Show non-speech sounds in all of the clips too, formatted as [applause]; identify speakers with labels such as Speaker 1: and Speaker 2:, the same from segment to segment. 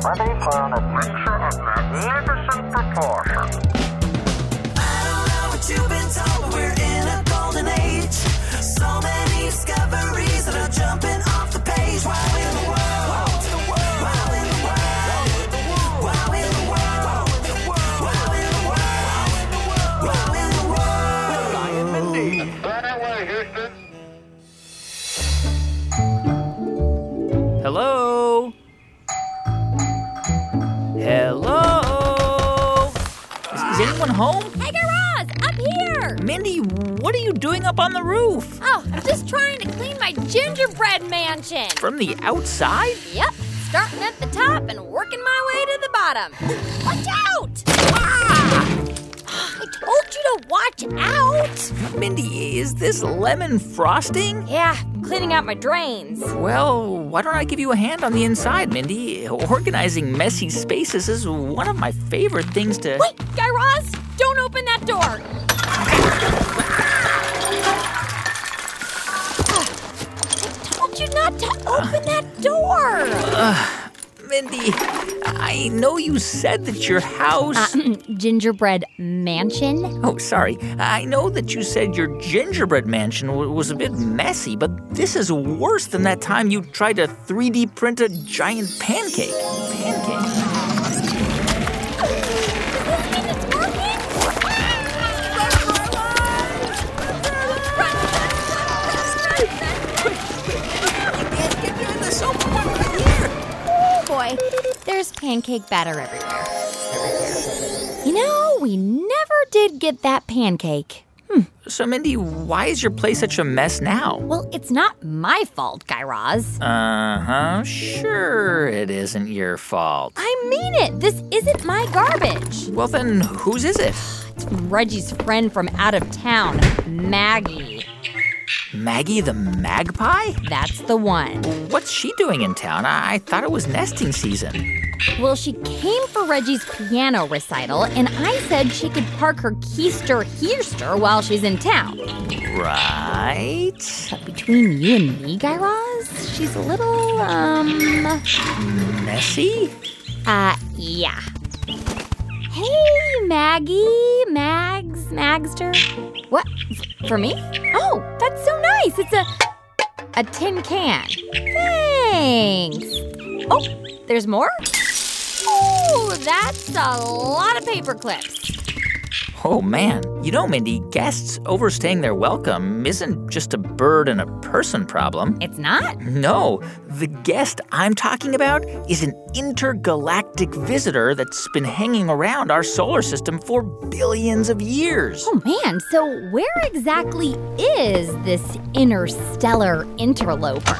Speaker 1: found a mixture of magnificent proportions.
Speaker 2: I don't know what you've been told, we're in a golden age. So many discoveries that are jumping off the page. Wow in the world, wow in the world, wow in the world, wow in the world, wow in the world.
Speaker 1: Right away, Houston.
Speaker 3: Hello? Hello? Is, is anyone home?
Speaker 4: Hey, Garage, up here!
Speaker 3: Mindy, what are you doing up on the roof?
Speaker 4: Oh, I'm just trying to clean my gingerbread mansion.
Speaker 3: From the outside?
Speaker 4: Yep, starting at the top and working my way to the bottom. Watch out! Ah! I told you to watch out!
Speaker 3: Mindy, is this lemon frosting?
Speaker 4: Yeah, cleaning out my drains.
Speaker 3: Well, why don't I give you a hand on the inside, Mindy? Organizing messy spaces is one of my favorite things to.
Speaker 4: Wait, Guy Raz, don't open that door. Ah! I told you not to open that door.
Speaker 3: Mindy, I know you said that your house.
Speaker 4: [laughs] Gingerbread mansion?
Speaker 3: oh, sorry. I know that you said your gingerbread mansion w- was a bit messy, but this is worse than that time you tried to 3D print a giant pancake. Pancake.
Speaker 4: Boy, There's pancake batter everywhere. You know, we never did get that pancake.
Speaker 3: So, Mindy, why is your place such a mess now?
Speaker 4: Well, it's not my fault, Guy Raz.
Speaker 3: Uh huh. Sure, it isn't your fault.
Speaker 4: I mean it. This isn't my garbage.
Speaker 3: Well, then, whose is it?
Speaker 4: It's from Reggie's friend from out of town, Maggie.
Speaker 3: Maggie the magpie?
Speaker 4: That's the one.
Speaker 3: What's she doing in town? I, I thought it was nesting season.
Speaker 4: Well, she came for Reggie's piano recital, and I said she could park her keister heerster while she's in town.
Speaker 3: Right?
Speaker 4: But between you and me, Guy Raz, she's a little, um,
Speaker 3: Messy?
Speaker 4: uh, yeah. Hey, Maggie, Mags, Magster. What? F- For me? Oh, that's so nice. It's a a tin can. Thanks. Oh, there's more? Oh, that's a lot of paper clips.
Speaker 3: Oh, man. You know, Mindy, guests overstaying their welcome isn't just a bird and a person problem.
Speaker 4: It's not?
Speaker 3: No, the guest I'm talking about is an intergalactic visitor that's been hanging around our solar system for billions of years.
Speaker 4: Oh man, so where exactly is this interstellar interloper?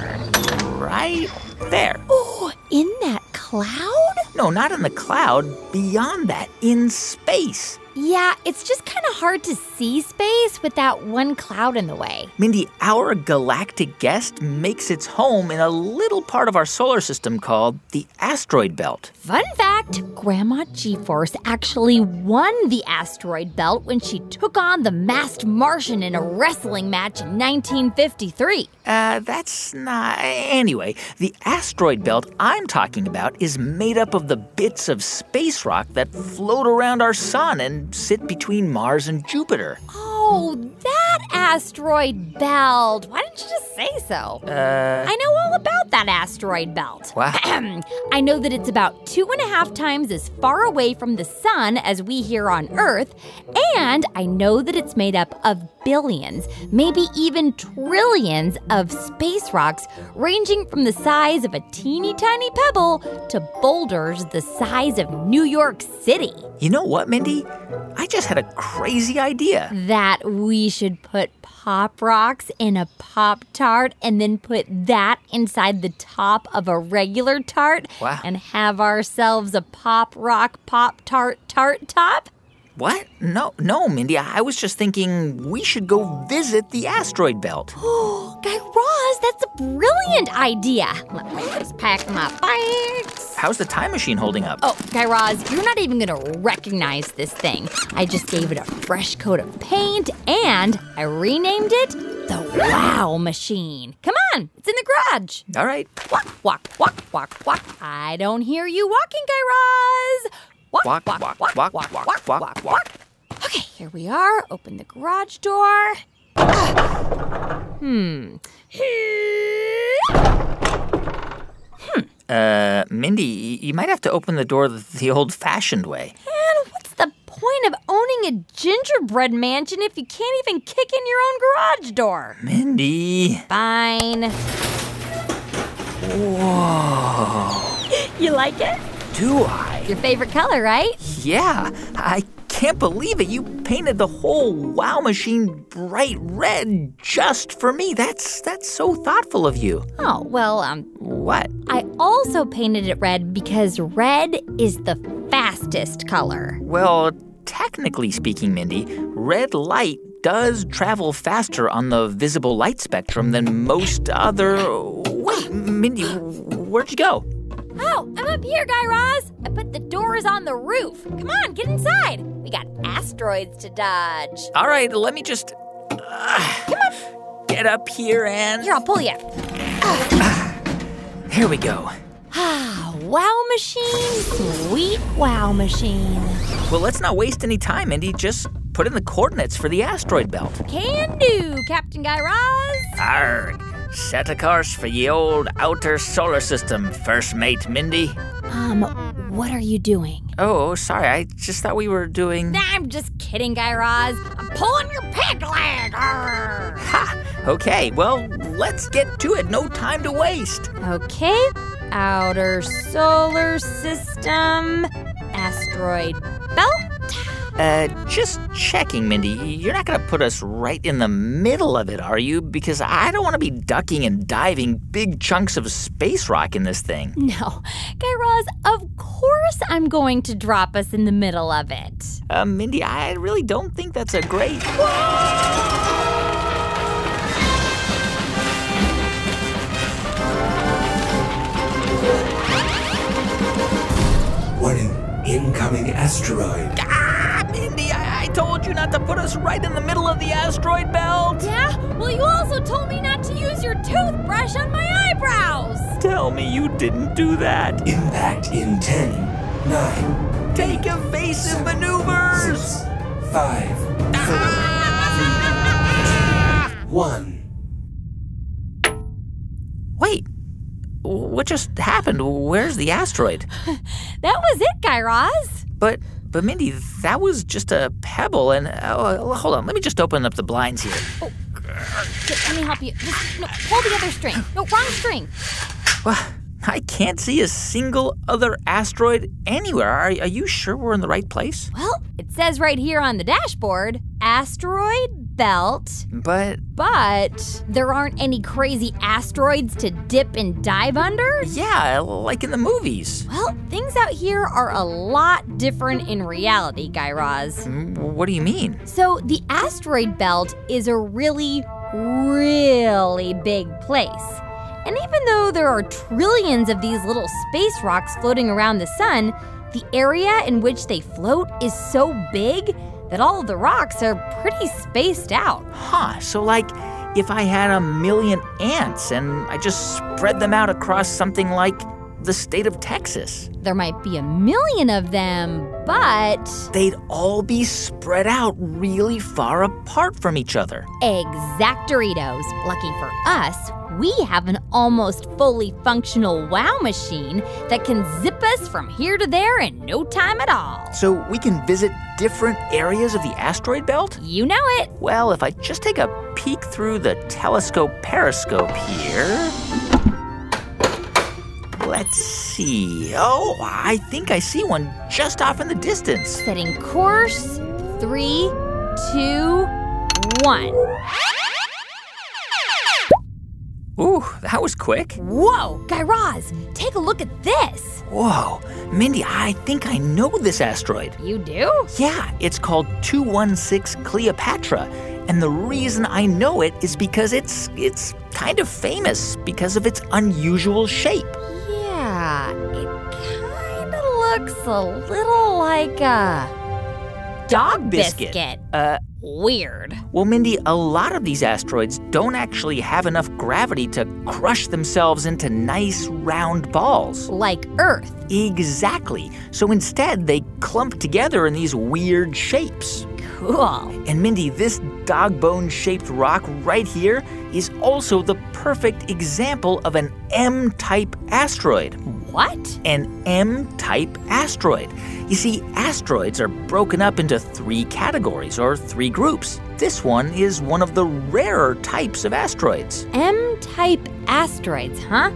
Speaker 3: Right there.
Speaker 4: Oh, in that cloud?
Speaker 3: No, not in the cloud, beyond that, in space.
Speaker 4: Yeah, it's just kind of hard to see space with that one cloud in the way.
Speaker 3: Mindy, our galactic guest makes its home in a little part of our solar system called the asteroid belt.
Speaker 4: Fun fact Grandma G Force actually won the asteroid belt when she took on the masked Martian in a wrestling match in 1953.
Speaker 3: Uh, that's not. Anyway, the asteroid belt I'm talking about is made up of the bits of space rock that float around our sun and sit between Mars and Jupiter.
Speaker 4: Oh, that asteroid belt. Why didn't you just say so?
Speaker 3: Uh,
Speaker 4: I know all about that asteroid belt.
Speaker 3: Wow.
Speaker 4: [clears throat] I know that it's about two and a half times as far away from the sun as we here on Earth, and I know that it's made up of billions, maybe even trillions of space rocks, ranging from the size of a teeny tiny pebble to boulders the size of New York City.
Speaker 3: you know what, Mindy? I just had a crazy idea.
Speaker 4: That we should put pop rocks in a pop tart and then put that inside the top of a regular tart
Speaker 3: Wow.
Speaker 4: and have ourselves a pop rock pop tart tart top. [gasps]
Speaker 3: What? No, no, Mindy. I was just thinking we should go visit the asteroid belt.
Speaker 4: Guy Raz, that's a brilliant idea. Let me just pack my bags.
Speaker 3: How's the time machine holding up?
Speaker 4: Oh, Guy Raz, you're not even gonna recognize this thing. I just gave it a fresh coat of paint and I renamed it the Wow Machine. Come on. It's in the garage.
Speaker 3: All right.
Speaker 4: Walk, walk, walk, walk, walk. I don't hear you walking, Guy Raz. Walk, walk, walk, walk, walk, walk, walk, walk, walk, Okay, here we are. Open the garage door. Ah. Hmm.
Speaker 3: Uh, Mindy, y- you might have to open the door the, the old fashioned way.
Speaker 4: Man, what's the point of owning a gingerbread mansion if you can't even kick in your own garage door?
Speaker 3: Mindy.
Speaker 4: Fine. Whoa. You like it?
Speaker 3: Do I?
Speaker 4: Your favorite color, right?
Speaker 3: Yeah. I can't believe it. You painted the whole wow machine bright red just for me. That's that's so thoughtful of you.
Speaker 4: Oh, well, um,
Speaker 3: What?
Speaker 4: I also painted it red because red is the fastest color.
Speaker 3: Well, technically speaking, Mindy, red light does travel faster on the visible light spectrum than most other. Wait, Mindy, where'd you go?
Speaker 4: Oh, I'm up here, Guy Raz. I put the doors on the roof. Come on, get inside. We got asteroids to dodge.
Speaker 3: All right, let me just. Ah, Get up here and.
Speaker 4: Here, I'll pull you up.
Speaker 3: Here we go.
Speaker 4: Ah, wow machine, sweet wow machine.
Speaker 3: Well, let's not waste any time, Mindy. Just put in the coordinates for the asteroid belt.
Speaker 4: Can do, Captain Guy Raz.
Speaker 3: Arg. Set a course for ye old outer solar system, first mate Mindy.
Speaker 4: Um, what are you doing?
Speaker 3: Oh, sorry. I just thought we were doing.
Speaker 4: I'm just kidding, Guy Raz. I'm pulling your pig leg. Arr.
Speaker 3: [laughs] Ha! Okay, well, let's get to it. No time to waste.
Speaker 4: Okay, outer solar system, asteroid belt.
Speaker 3: Uh, just checking, Mindy. You're not going to put us right in the middle of it, are you? Because I don't want to be ducking and diving big chunks of space rock in this thing.
Speaker 4: No, Guy Raz, of course I'm going to drop us in the middle of it.
Speaker 3: Uh, Mindy, I really don't think that's a great. [laughs]
Speaker 5: Warning, incoming asteroid.
Speaker 3: Ah, Mindy, I-, I told you not to put us right in the middle of the asteroid belt.
Speaker 4: Yeah? Well, you also told me not to use your toothbrush on my eyebrows.
Speaker 3: Tell me you didn't do that.
Speaker 5: Impact in 10, 9,
Speaker 3: Take evasive maneuvers.
Speaker 5: 6, 5, 4, 3, 1.
Speaker 3: Wait, what just happened? Where's the asteroid?
Speaker 4: That was it, Guy Raz.
Speaker 3: But but Mindy, that was just a pebble. And oh, hold on, let me just open up the blinds here.
Speaker 4: Here, let me help you. Just, no, pull the other string. No, wrong string.
Speaker 3: Well, I can't see a single other asteroid anywhere. Are, are you sure we're in the right place?
Speaker 4: Well, it says right here on the dashboard asteroid belt,
Speaker 3: But
Speaker 4: but there aren't any crazy asteroids to dip and dive under.
Speaker 3: yeah, like in the movies.
Speaker 4: Well, things out here are a lot different in reality, Guy Raz.
Speaker 3: Mm, What do you mean?
Speaker 4: So the asteroid belt is a really, really big place. And even though there are trillions of these little space rocks floating around the sun, the area in which they float is so big that all the rocks are pretty spaced out.
Speaker 3: Huh? So like, if I had a million ants and I just spread them out across something like the state of Texas,
Speaker 4: There might be a million of them, but
Speaker 3: they'd all be spread out really far apart from each other.
Speaker 4: Exactoritos. Lucky for us, we have an almost fully functional wow machine that can zip us from here to there in no time at all.
Speaker 3: So we can visit different areas of the asteroid belt?
Speaker 4: You know it.
Speaker 3: Well, if I just take a peek through the telescope periscope here. Let's see. Oh, I think I see one just off in the distance.
Speaker 4: Setting course three, two, one.
Speaker 3: Ooh, that was quick.
Speaker 4: Whoa, Guy Raz, take a look at this.
Speaker 3: Whoa. Mindy, I think I know this asteroid.
Speaker 4: You do?
Speaker 3: Yeah, it's called 216 Cleopatra. And the reason I know it is because it's it's kind of famous because of its unusual shape.
Speaker 4: Yeah, it kind of looks a little like a
Speaker 3: Dog
Speaker 4: biscuit.
Speaker 3: Uh,
Speaker 4: Weird.
Speaker 3: Well, Mindy, a lot of these asteroids don't actually have enough gravity to crush themselves into nice round balls.
Speaker 4: Like Earth.
Speaker 3: Exactly. So instead, they clump together in these weird shapes.
Speaker 4: Cool.
Speaker 3: And Mindy, this dog bone shaped rock right here is also the perfect example of an M type asteroid.
Speaker 4: What?
Speaker 3: An M type asteroid. You see, asteroids are broken up into three categories or three groups. This one is one of the rarer types of asteroids
Speaker 4: M type asteroids, huh?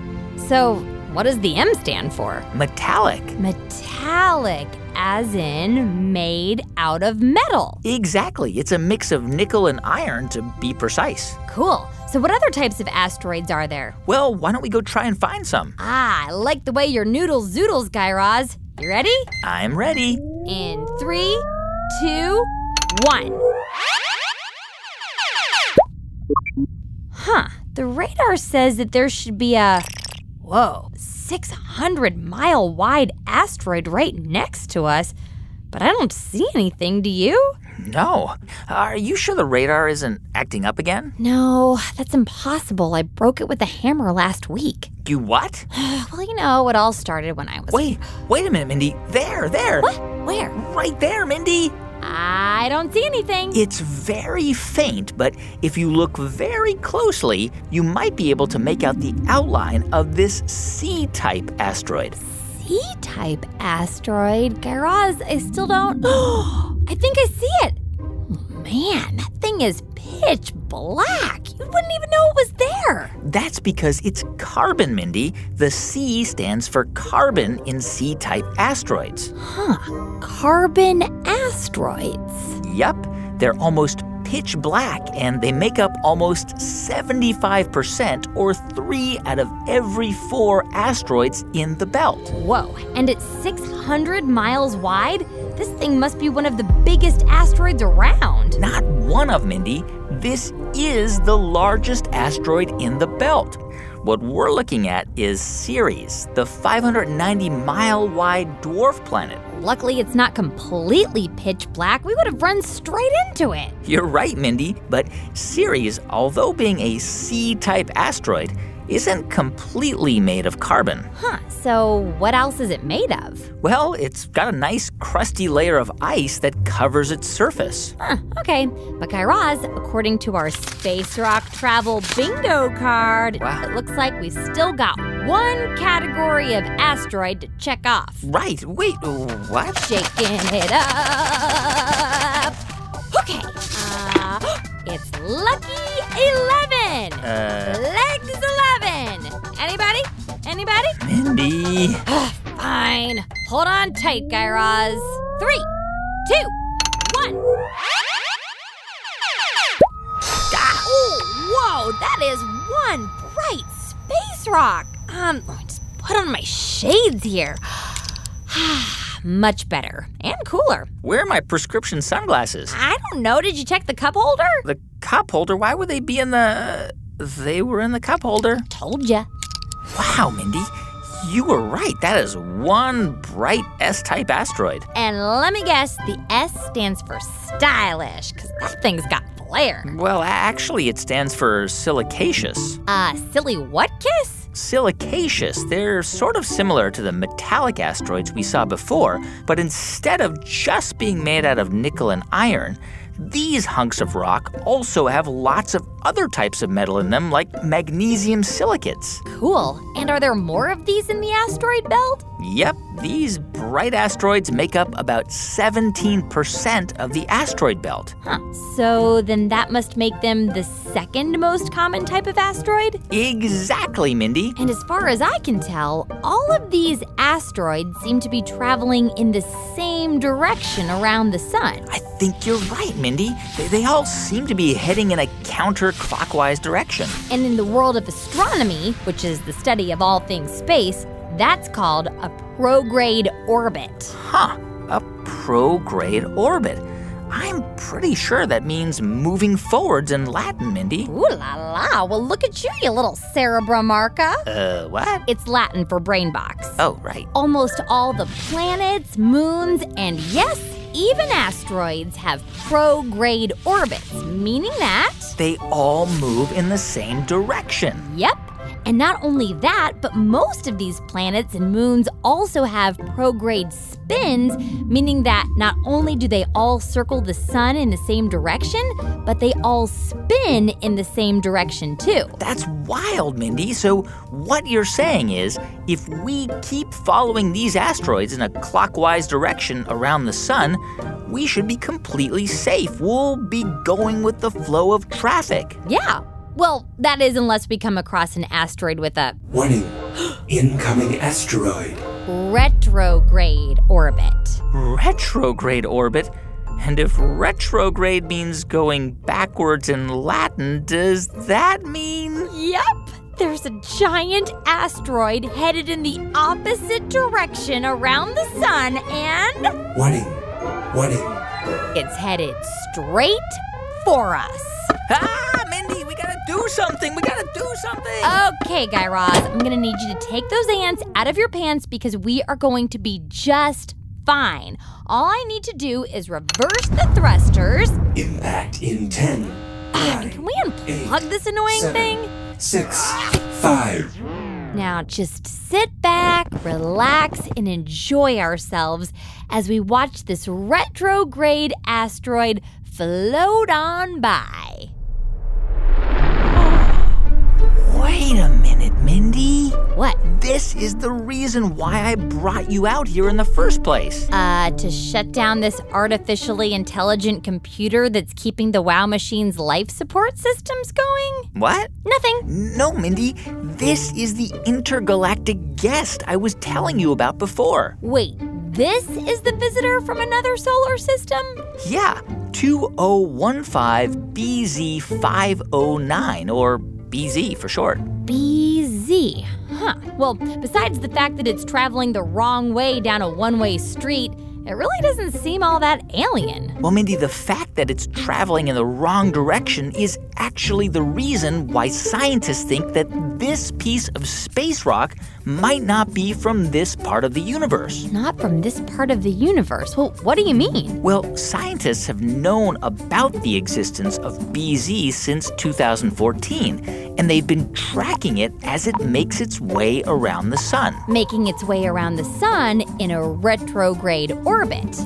Speaker 4: So, what does the M stand for?
Speaker 3: metallic.
Speaker 4: Metallic, as in made out of metal.
Speaker 3: Exactly. It's a mix of nickel and iron to be precise.
Speaker 4: Cool. So, what other types of asteroids are there?
Speaker 3: Well, why don't we go try and find some?
Speaker 4: Ah, I like the way your noodles zoodles, Guy Raz. You ready?
Speaker 3: I'm ready.
Speaker 4: In three, two, one. Huh. The radar says that there should be a. Whoa, 600 mile wide asteroid right next to us. But I don't see anything, do you?
Speaker 3: No. Are you sure the radar isn't acting up again?
Speaker 4: No, that's impossible. I broke it with a hammer last week. [sighs]
Speaker 3: You what?
Speaker 4: Well, you know, it all started when I was.
Speaker 3: Wait, wait a minute, Mindy. There, there.
Speaker 4: What? Where?
Speaker 3: Right there, Mindy.
Speaker 4: I don't see anything.
Speaker 3: It's very faint, but if you look very closely, you might be able to make out the outline of this C type asteroid.
Speaker 4: C type asteroid. Garaz, I still don't. I think I see it. Man, that thing is pitch black. You wouldn't even know it was there.
Speaker 3: That's because it's carbon, Mindy. The C stands for carbon in C type asteroids.
Speaker 4: Huh. Carbon asteroids.
Speaker 3: Yup, they're almost pitch black and they make up almost 75% or three out of every four asteroids in the belt.
Speaker 4: Whoa. And it's 600 miles wide? This thing must be one of the biggest asteroids around.
Speaker 3: Not one of, Mindy. This is the largest asteroid in the belt. What we're looking at is Ceres, the 590 mile wide dwarf planet.
Speaker 4: Luckily, it's not completely pitch black. We would have run straight into it.
Speaker 3: You're right, Mindy, but Ceres, although being a C type asteroid, isn't completely made of carbon.
Speaker 4: Huh. So, what else is it made of?
Speaker 3: Well, it's got a nice crusty layer of ice that covers its surface.
Speaker 4: Huh, okay. But Guy Raz, according to our Space Rock Travel Bingo card,
Speaker 3: Wow.
Speaker 4: it looks like we've still got one category of asteroid to check off.
Speaker 3: Right, wait, what?
Speaker 4: Shaking it up. Okay. Uh, [gasps] it's Lucky 11.
Speaker 3: Uh,
Speaker 4: Legs 11. Anybody? Anybody?
Speaker 3: Mindy.
Speaker 4: Fine. Hold on tight, Guy Raz. Three, two, one. Ah, oh, whoa, that is one bright space rock. Um, let me just put on my shades here. [sighs] Much better and cooler.
Speaker 3: Where are my prescription sunglasses?
Speaker 4: I don't know. Did you check the cup holder?
Speaker 3: The cup holder? Why would they be in the. They were in the cup holder.
Speaker 4: Told ya.
Speaker 3: Wow, Mindy. You were right. That is one bright S type asteroid.
Speaker 4: And let me guess, the S stands for stylish, because that thing's got flair.
Speaker 3: Well, a- actually, it stands for silicaceous.
Speaker 4: Uh, silly what kiss?
Speaker 3: Silicaceous, they're sort of similar to the metallic asteroids we saw before, but instead of just being made out of nickel and iron, these hunks of rock also have lots of other types of metal in them, like magnesium silicates.
Speaker 4: Cool. And are there more of these in the asteroid belt?
Speaker 3: Yep, these bright asteroids make up about 17% of the asteroid belt.
Speaker 4: Huh. So then that must make them the second most common type of asteroid?
Speaker 3: Exactly, Mindy.
Speaker 4: And as far as I can tell, all of these asteroids seem to be traveling in the same direction around the sun.
Speaker 3: I think you're right, Mindy. They, they all seem to be heading in a counterclockwise direction.
Speaker 4: And in the world of astronomy, which is the study of all things space, that's called a prograde orbit.
Speaker 3: Huh, a prograde orbit. I'm pretty sure that means moving forwards in Latin, Mindy.
Speaker 4: Ooh la la, well look at you, you little cerebrum marca.
Speaker 3: Uh, what?
Speaker 4: It's Latin for brain box.
Speaker 3: Oh, right.
Speaker 4: almost all the planets, moons, and yes, even asteroids have prograde orbits, meaning that.
Speaker 3: They all move in the same direction.
Speaker 4: Yep. And not only that, but most of these planets and moons also have prograde spins, meaning that not only do they all circle the sun in the same direction, but they all spin in the same direction too.
Speaker 3: That's wild, Mindy. So, what you're saying is if we keep following these asteroids in a clockwise direction around the sun, we should be completely safe. We'll be going with the flow of traffic.
Speaker 4: Yeah. Well, that is unless we come across an asteroid with a
Speaker 5: Warning. Incoming asteroid.
Speaker 4: retrograde orbit.
Speaker 3: Retrograde orbit? And if retrograde means going backwards in Latin, does that mean.
Speaker 4: Yep. There's a giant asteroid headed in the opposite direction around the sun, and
Speaker 5: Warning. Warning.
Speaker 4: it's headed straight for us.
Speaker 3: Ah, Mindy, we gotta do something! We gotta do something!
Speaker 4: Uh, Okay, Guy Raz, I'm gonna need you to take those ants out of your pants because we are going to be just fine. All I need to do is reverse the thrusters.
Speaker 5: Impact in 10.
Speaker 4: Can
Speaker 5: 9,
Speaker 4: we unplug this annoying
Speaker 5: Seven.
Speaker 4: thing?
Speaker 5: 6, 5.
Speaker 4: Now just sit back, relax, and enjoy ourselves as we watch this retrograde asteroid float on by.
Speaker 3: Wait a minute, Mindy.
Speaker 4: What?
Speaker 3: This is the reason why I brought you out here in the first place.
Speaker 4: Uh, to shut down this artificially intelligent computer that's keeping the WoW machine's life support systems going?
Speaker 3: What?
Speaker 4: Nothing.
Speaker 3: No, Mindy. This is the intergalactic guest I was telling you about before.
Speaker 4: Wait, this is the visitor from another solar system?
Speaker 3: Yeah, 2015BZ509, or BZ for short.
Speaker 4: BZ. Huh. Well, besides the fact that it's traveling the wrong way down a one way street, it really doesn't seem all that alien.
Speaker 3: Well, Mindy, the fact that it's traveling in the wrong direction is actually the reason why scientists think that this piece of space rock might not be from this part of the universe.
Speaker 4: Not from this part of the universe. Well, what do you mean?
Speaker 3: Well, scientists have known about the existence of BZ since 2014, and they've been tracking it as it makes its way around the sun.
Speaker 4: Making its way around the sun in a retrograde orbit.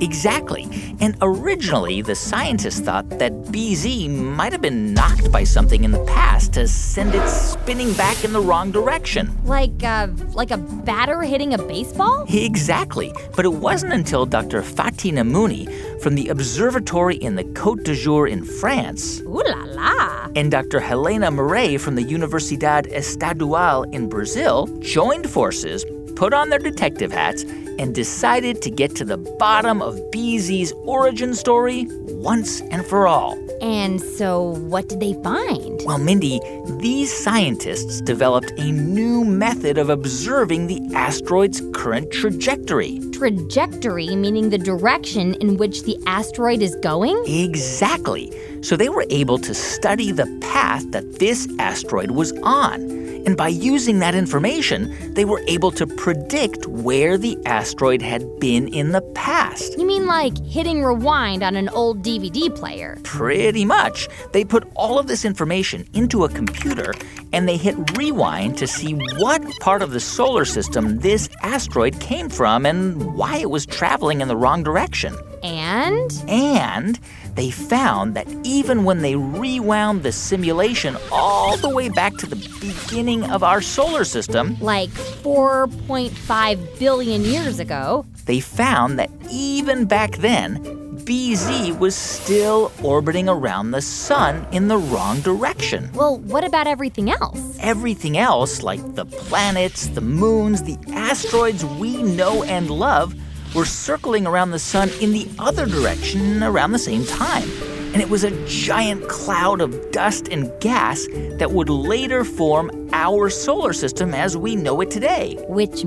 Speaker 3: Exactly. And originally, the scientists thought that BZ might have been knocked by something in the past to send it spinning back in the wrong direction.
Speaker 4: Like uh, like a batter hitting a baseball?
Speaker 3: Exactly. But it wasn't until Dr. Fatina Mooney from the observatory in the Côte d'Azur in France
Speaker 4: Ooh la la.
Speaker 3: and Dr. Helena Murray from the Universidade Estadual in Brazil joined forces, put on their detective hats, and decided to get to the bottom of BZ's origin story once and for all.
Speaker 4: And so what did they find?
Speaker 3: Well, Mindy, these scientists developed a new method of observing the asteroid's current trajectory.
Speaker 4: Trajectory, meaning the direction in which the asteroid is going?
Speaker 3: Exactly. So they were able to study the path that this asteroid was on. And by using that information, they were able to predict where the asteroid had been in the past.
Speaker 4: You mean like hitting rewind on an old DVD player?
Speaker 3: Pretty much. They put all of this information into a computer and they hit rewind to see what part of the solar system this asteroid came from and why it was traveling in the wrong direction.
Speaker 4: And
Speaker 3: And they found that even when they rewound the simulation all the way back to the beginning of our solar system,
Speaker 4: like 4.5 billion years ago,
Speaker 3: they found that even back then, BZ was still orbiting around the sun in the wrong direction.
Speaker 4: well, what about everything else?
Speaker 3: Everything else, like the planets, the moons, the asteroids we know and love, were circling around the sun in the other direction around the same time. And it was a giant cloud of dust and gas that would later form our solar system as we know it today,
Speaker 4: Which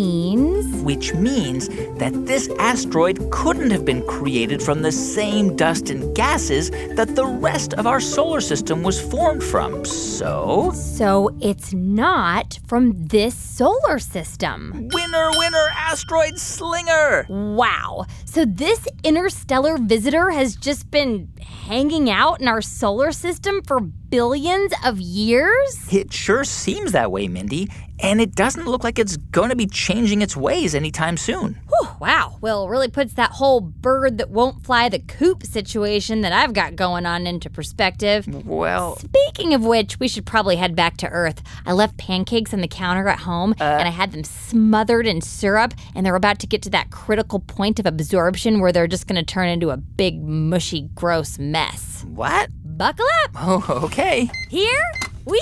Speaker 4: means.
Speaker 3: which means that this asteroid couldn't have been created from the same dust and gases that the rest of our solar system was formed from. So.
Speaker 4: So it's not from this solar system.
Speaker 3: Winner, winner, asteroid slinger!
Speaker 4: Wow. So, this interstellar visitor has just been hanging out in our solar system for billions of years?
Speaker 3: It sure seems that way, Mindy, and it doesn't look like it's going to be changing its ways anytime soon.
Speaker 4: Whew, wow. Well, it really puts that whole bird that won't fly the coop situation that I've got going on into perspective.
Speaker 3: Mm. Well,
Speaker 4: Speaking of which, we should probably head back to Earth. I left pancakes on the counter at home, and I had them smothered in syrup, and they're about to get to that critical point of absorption where they're just going to turn into a big, mushy, gross mess.
Speaker 3: what?
Speaker 4: Buckle up!
Speaker 3: Oh, okay.
Speaker 4: Here we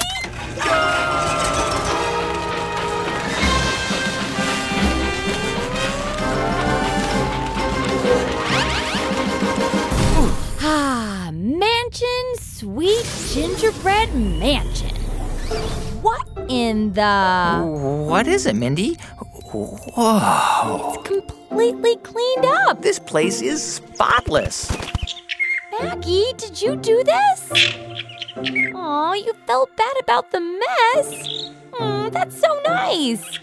Speaker 4: Ah, mansion, sweet gingerbread mansion. What in the?
Speaker 3: What is it, Mindy? Whoa,
Speaker 4: It's completely cleaned up.
Speaker 3: this place is spotless.
Speaker 4: Maggie, did you do this? Aw, you felt bad about the mess. Mm, that's so nice.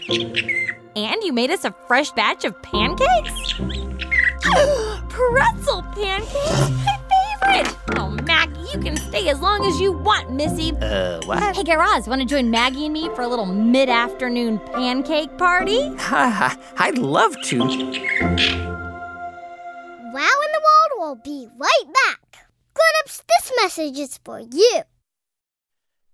Speaker 4: And you made us a fresh batch of pancakes? [gasps] Pretzel pancakes? My favorite! Oh, Maggie, you can stay as long as you want, Missy.
Speaker 3: Uh, what?
Speaker 4: Hey, Garaz, want to join Maggie and me for a little mid afternoon pancake party?
Speaker 3: Ha, I'd love to.
Speaker 6: Wow in the World will be right back. Grown ups, this message is for you.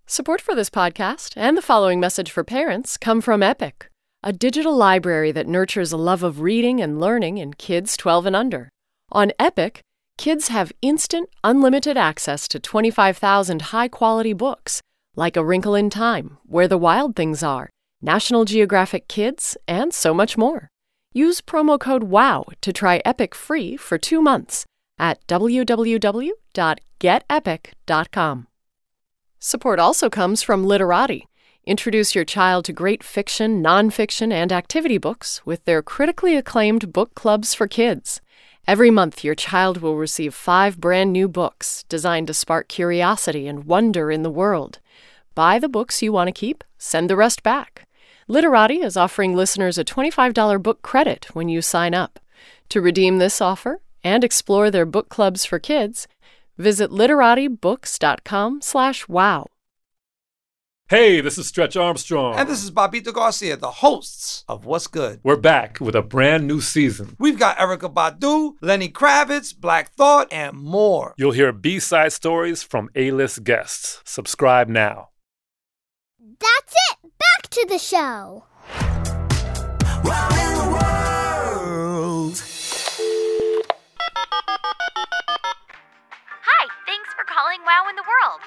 Speaker 7: Support for this podcast and the following message for parents come from Epic, a digital library that nurtures a love of reading and learning in kids 12 and under. On Epic, kids have instant, unlimited access to 25,000 high quality books, like A Wrinkle in Time, Where the Wild Things Are, National Geographic Kids, and so much more. Use promo code WOW to try Epic free for two months at www.getepic.com. Support also comes from Literati. Introduce your child to great fiction, nonfiction, and activity books with their critically acclaimed book clubs for kids. Every month, your child will receive five brand new books designed to spark curiosity and wonder in the world. Buy the books you want to keep, send the rest back. Literati is offering listeners a $25 book credit when you sign up. To redeem this offer and explore their book clubs for kids, visit literatibooks.com slash wow.
Speaker 8: Hey, this is Stretch Armstrong.
Speaker 9: And this is Bobito Garcia, the hosts of What's Good.
Speaker 8: We're back with a brand new season.
Speaker 9: We've got Erica Badu, Lenny Kravitz, Black Thought, and more.
Speaker 8: You'll hear B side stories from A list guests. Subscribe now.
Speaker 6: That's it. Back to the show.
Speaker 2: Wow in the world.
Speaker 10: Hi, thanks for calling WoW in the World.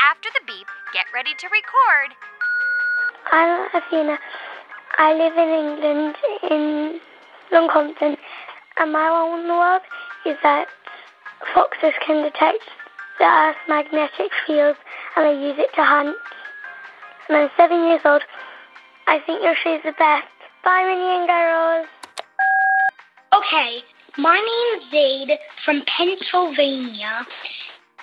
Speaker 10: After the beep, get ready to record.
Speaker 6: I'm Athena. I live in England, in Longcompton, and my role in the world is that foxes can detect the Earth's magnetic field and they use it to hunt. And I'm seven years old. I think your show's the best. Bye, Minnie and girls. Okay, my name's Zaid from Pennsylvania.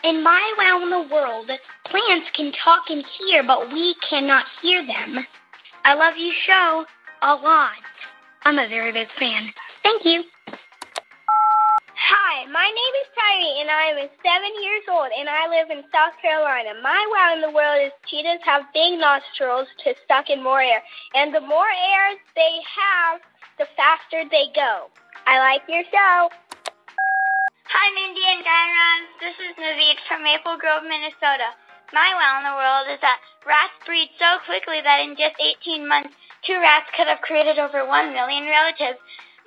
Speaker 6: In my wow in the world, plants can talk and hear, but we cannot hear them. I love your show a lot. I'm a very big fan. Thank you. Hi, my name is Tyree, and I am seven years old, and I live in South Carolina. My wow in the world is cheetahs have big nostrils to suck in more air, and the more air they have, the faster they go. I like your show. Hi, Mindy and Guyron. This is Naveed from Maple Grove, Minnesota. My wow in the world is that rats breed so quickly that in just 18 months, two rats could have created over 1 million relatives.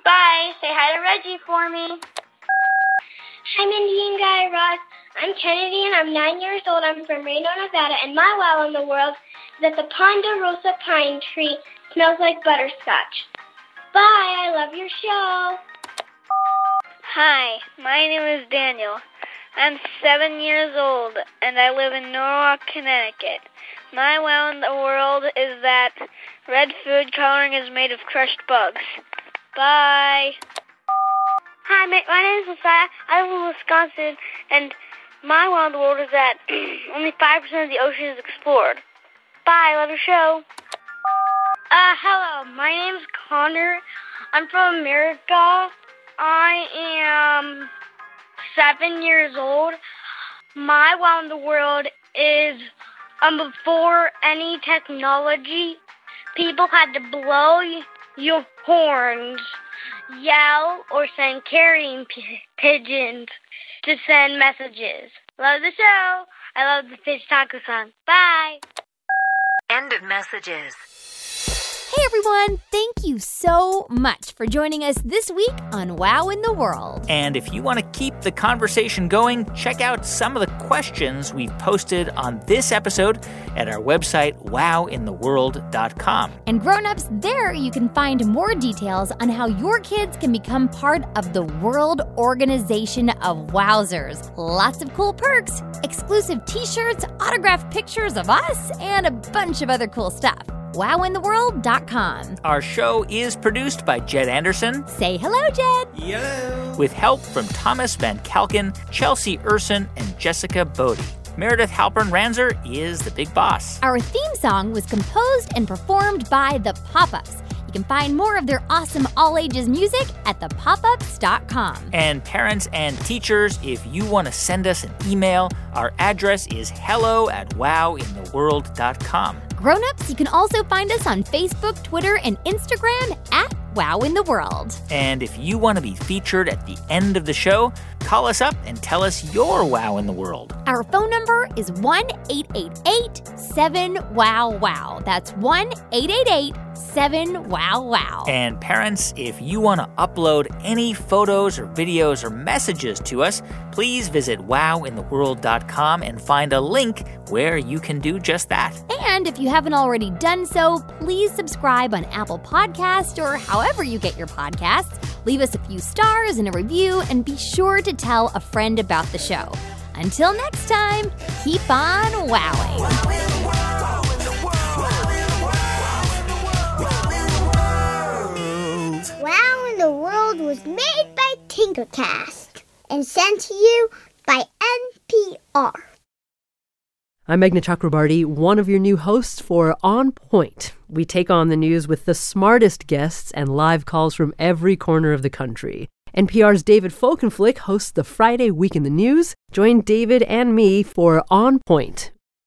Speaker 6: Bye. Say hi to Reggie for me. Hi, Mindy and Guy Ross. I'm Kennedy and I'm nine years old. I'm from Reno, Nevada, and my wow in the world is that the Ponderosa pine tree smells like butterscotch. Bye, I love your show. Hi, my name is Daniel. I'm seven years old and I live in Norwalk, Connecticut. My wow in the world is that red food coloring is made of crushed bugs. Bye. Hi, Mick. My name is Messiah. I live in Wisconsin, and my wild world is that [clears throat] only 5% of the ocean is explored. Bye. Love your show. Uh, hello. My name's Connor. I'm from America,
Speaker 1: I am seven years old. My wow in the world is um, before any technology, people had to blow y- your horns, yell, or send carrying p- pigeons to send messages. Love the show. I love the fish taco song. Bye.
Speaker 11: End of messages.
Speaker 4: Hey everyone, thank you so much for joining us this week on Wow in the World.
Speaker 3: And if you want to keep the conversation going, check out some of the questions we've posted on this episode at our website, wowintheworld.com.
Speaker 4: And grown-ups, there you can find more details on how your kids can become part of the World Organization of Wowzers. Lots of cool perks, exclusive t-shirts, autographed pictures of us, and a bunch of other cool stuff. wowintheworld.com.
Speaker 3: Our show is produced by Jed Anderson.
Speaker 4: Say hello, Jed.
Speaker 3: with help from Thomas Van Kalken, Chelsea Urson, and Jessica Bodie. Meredith Halpern Ranzer is the big boss.
Speaker 4: Our theme song was composed and performed by The Pop Ups. You can find more of their awesome all ages music at thepopups.com.
Speaker 3: And parents and teachers, if you want to send us an email, our address is hello at wowintheworld.com.
Speaker 4: Grown ups, you can also find us on Facebook, Twitter, and Instagram at Wow in the World.
Speaker 3: And if you want to be featured at the end of the show, call us up and tell us your wow in the world.
Speaker 4: Our phone number is 1 888 7 Wow Wow. That's 1 888 7 Wow Wow.
Speaker 3: And parents, if you want to upload any photos or videos or messages to us, please visit wowintheworld.com and find a link where you can do just that.
Speaker 4: And if you haven't already done so, please subscribe on Apple Podcasts or however you get your podcasts. Leave us a few stars and a review, and be sure to tell a friend about the show. Until next time, keep on wowing.
Speaker 2: Wow in the World was made by Tinkercast and sent to you by NPR.
Speaker 7: I'm Meghna Chakrabarty, one of your new hosts for On Point. We take on the news with the smartest guests and live calls from every corner of the country. NPR's David Folkenflick hosts the Friday Week in the News. Join David and me for On Point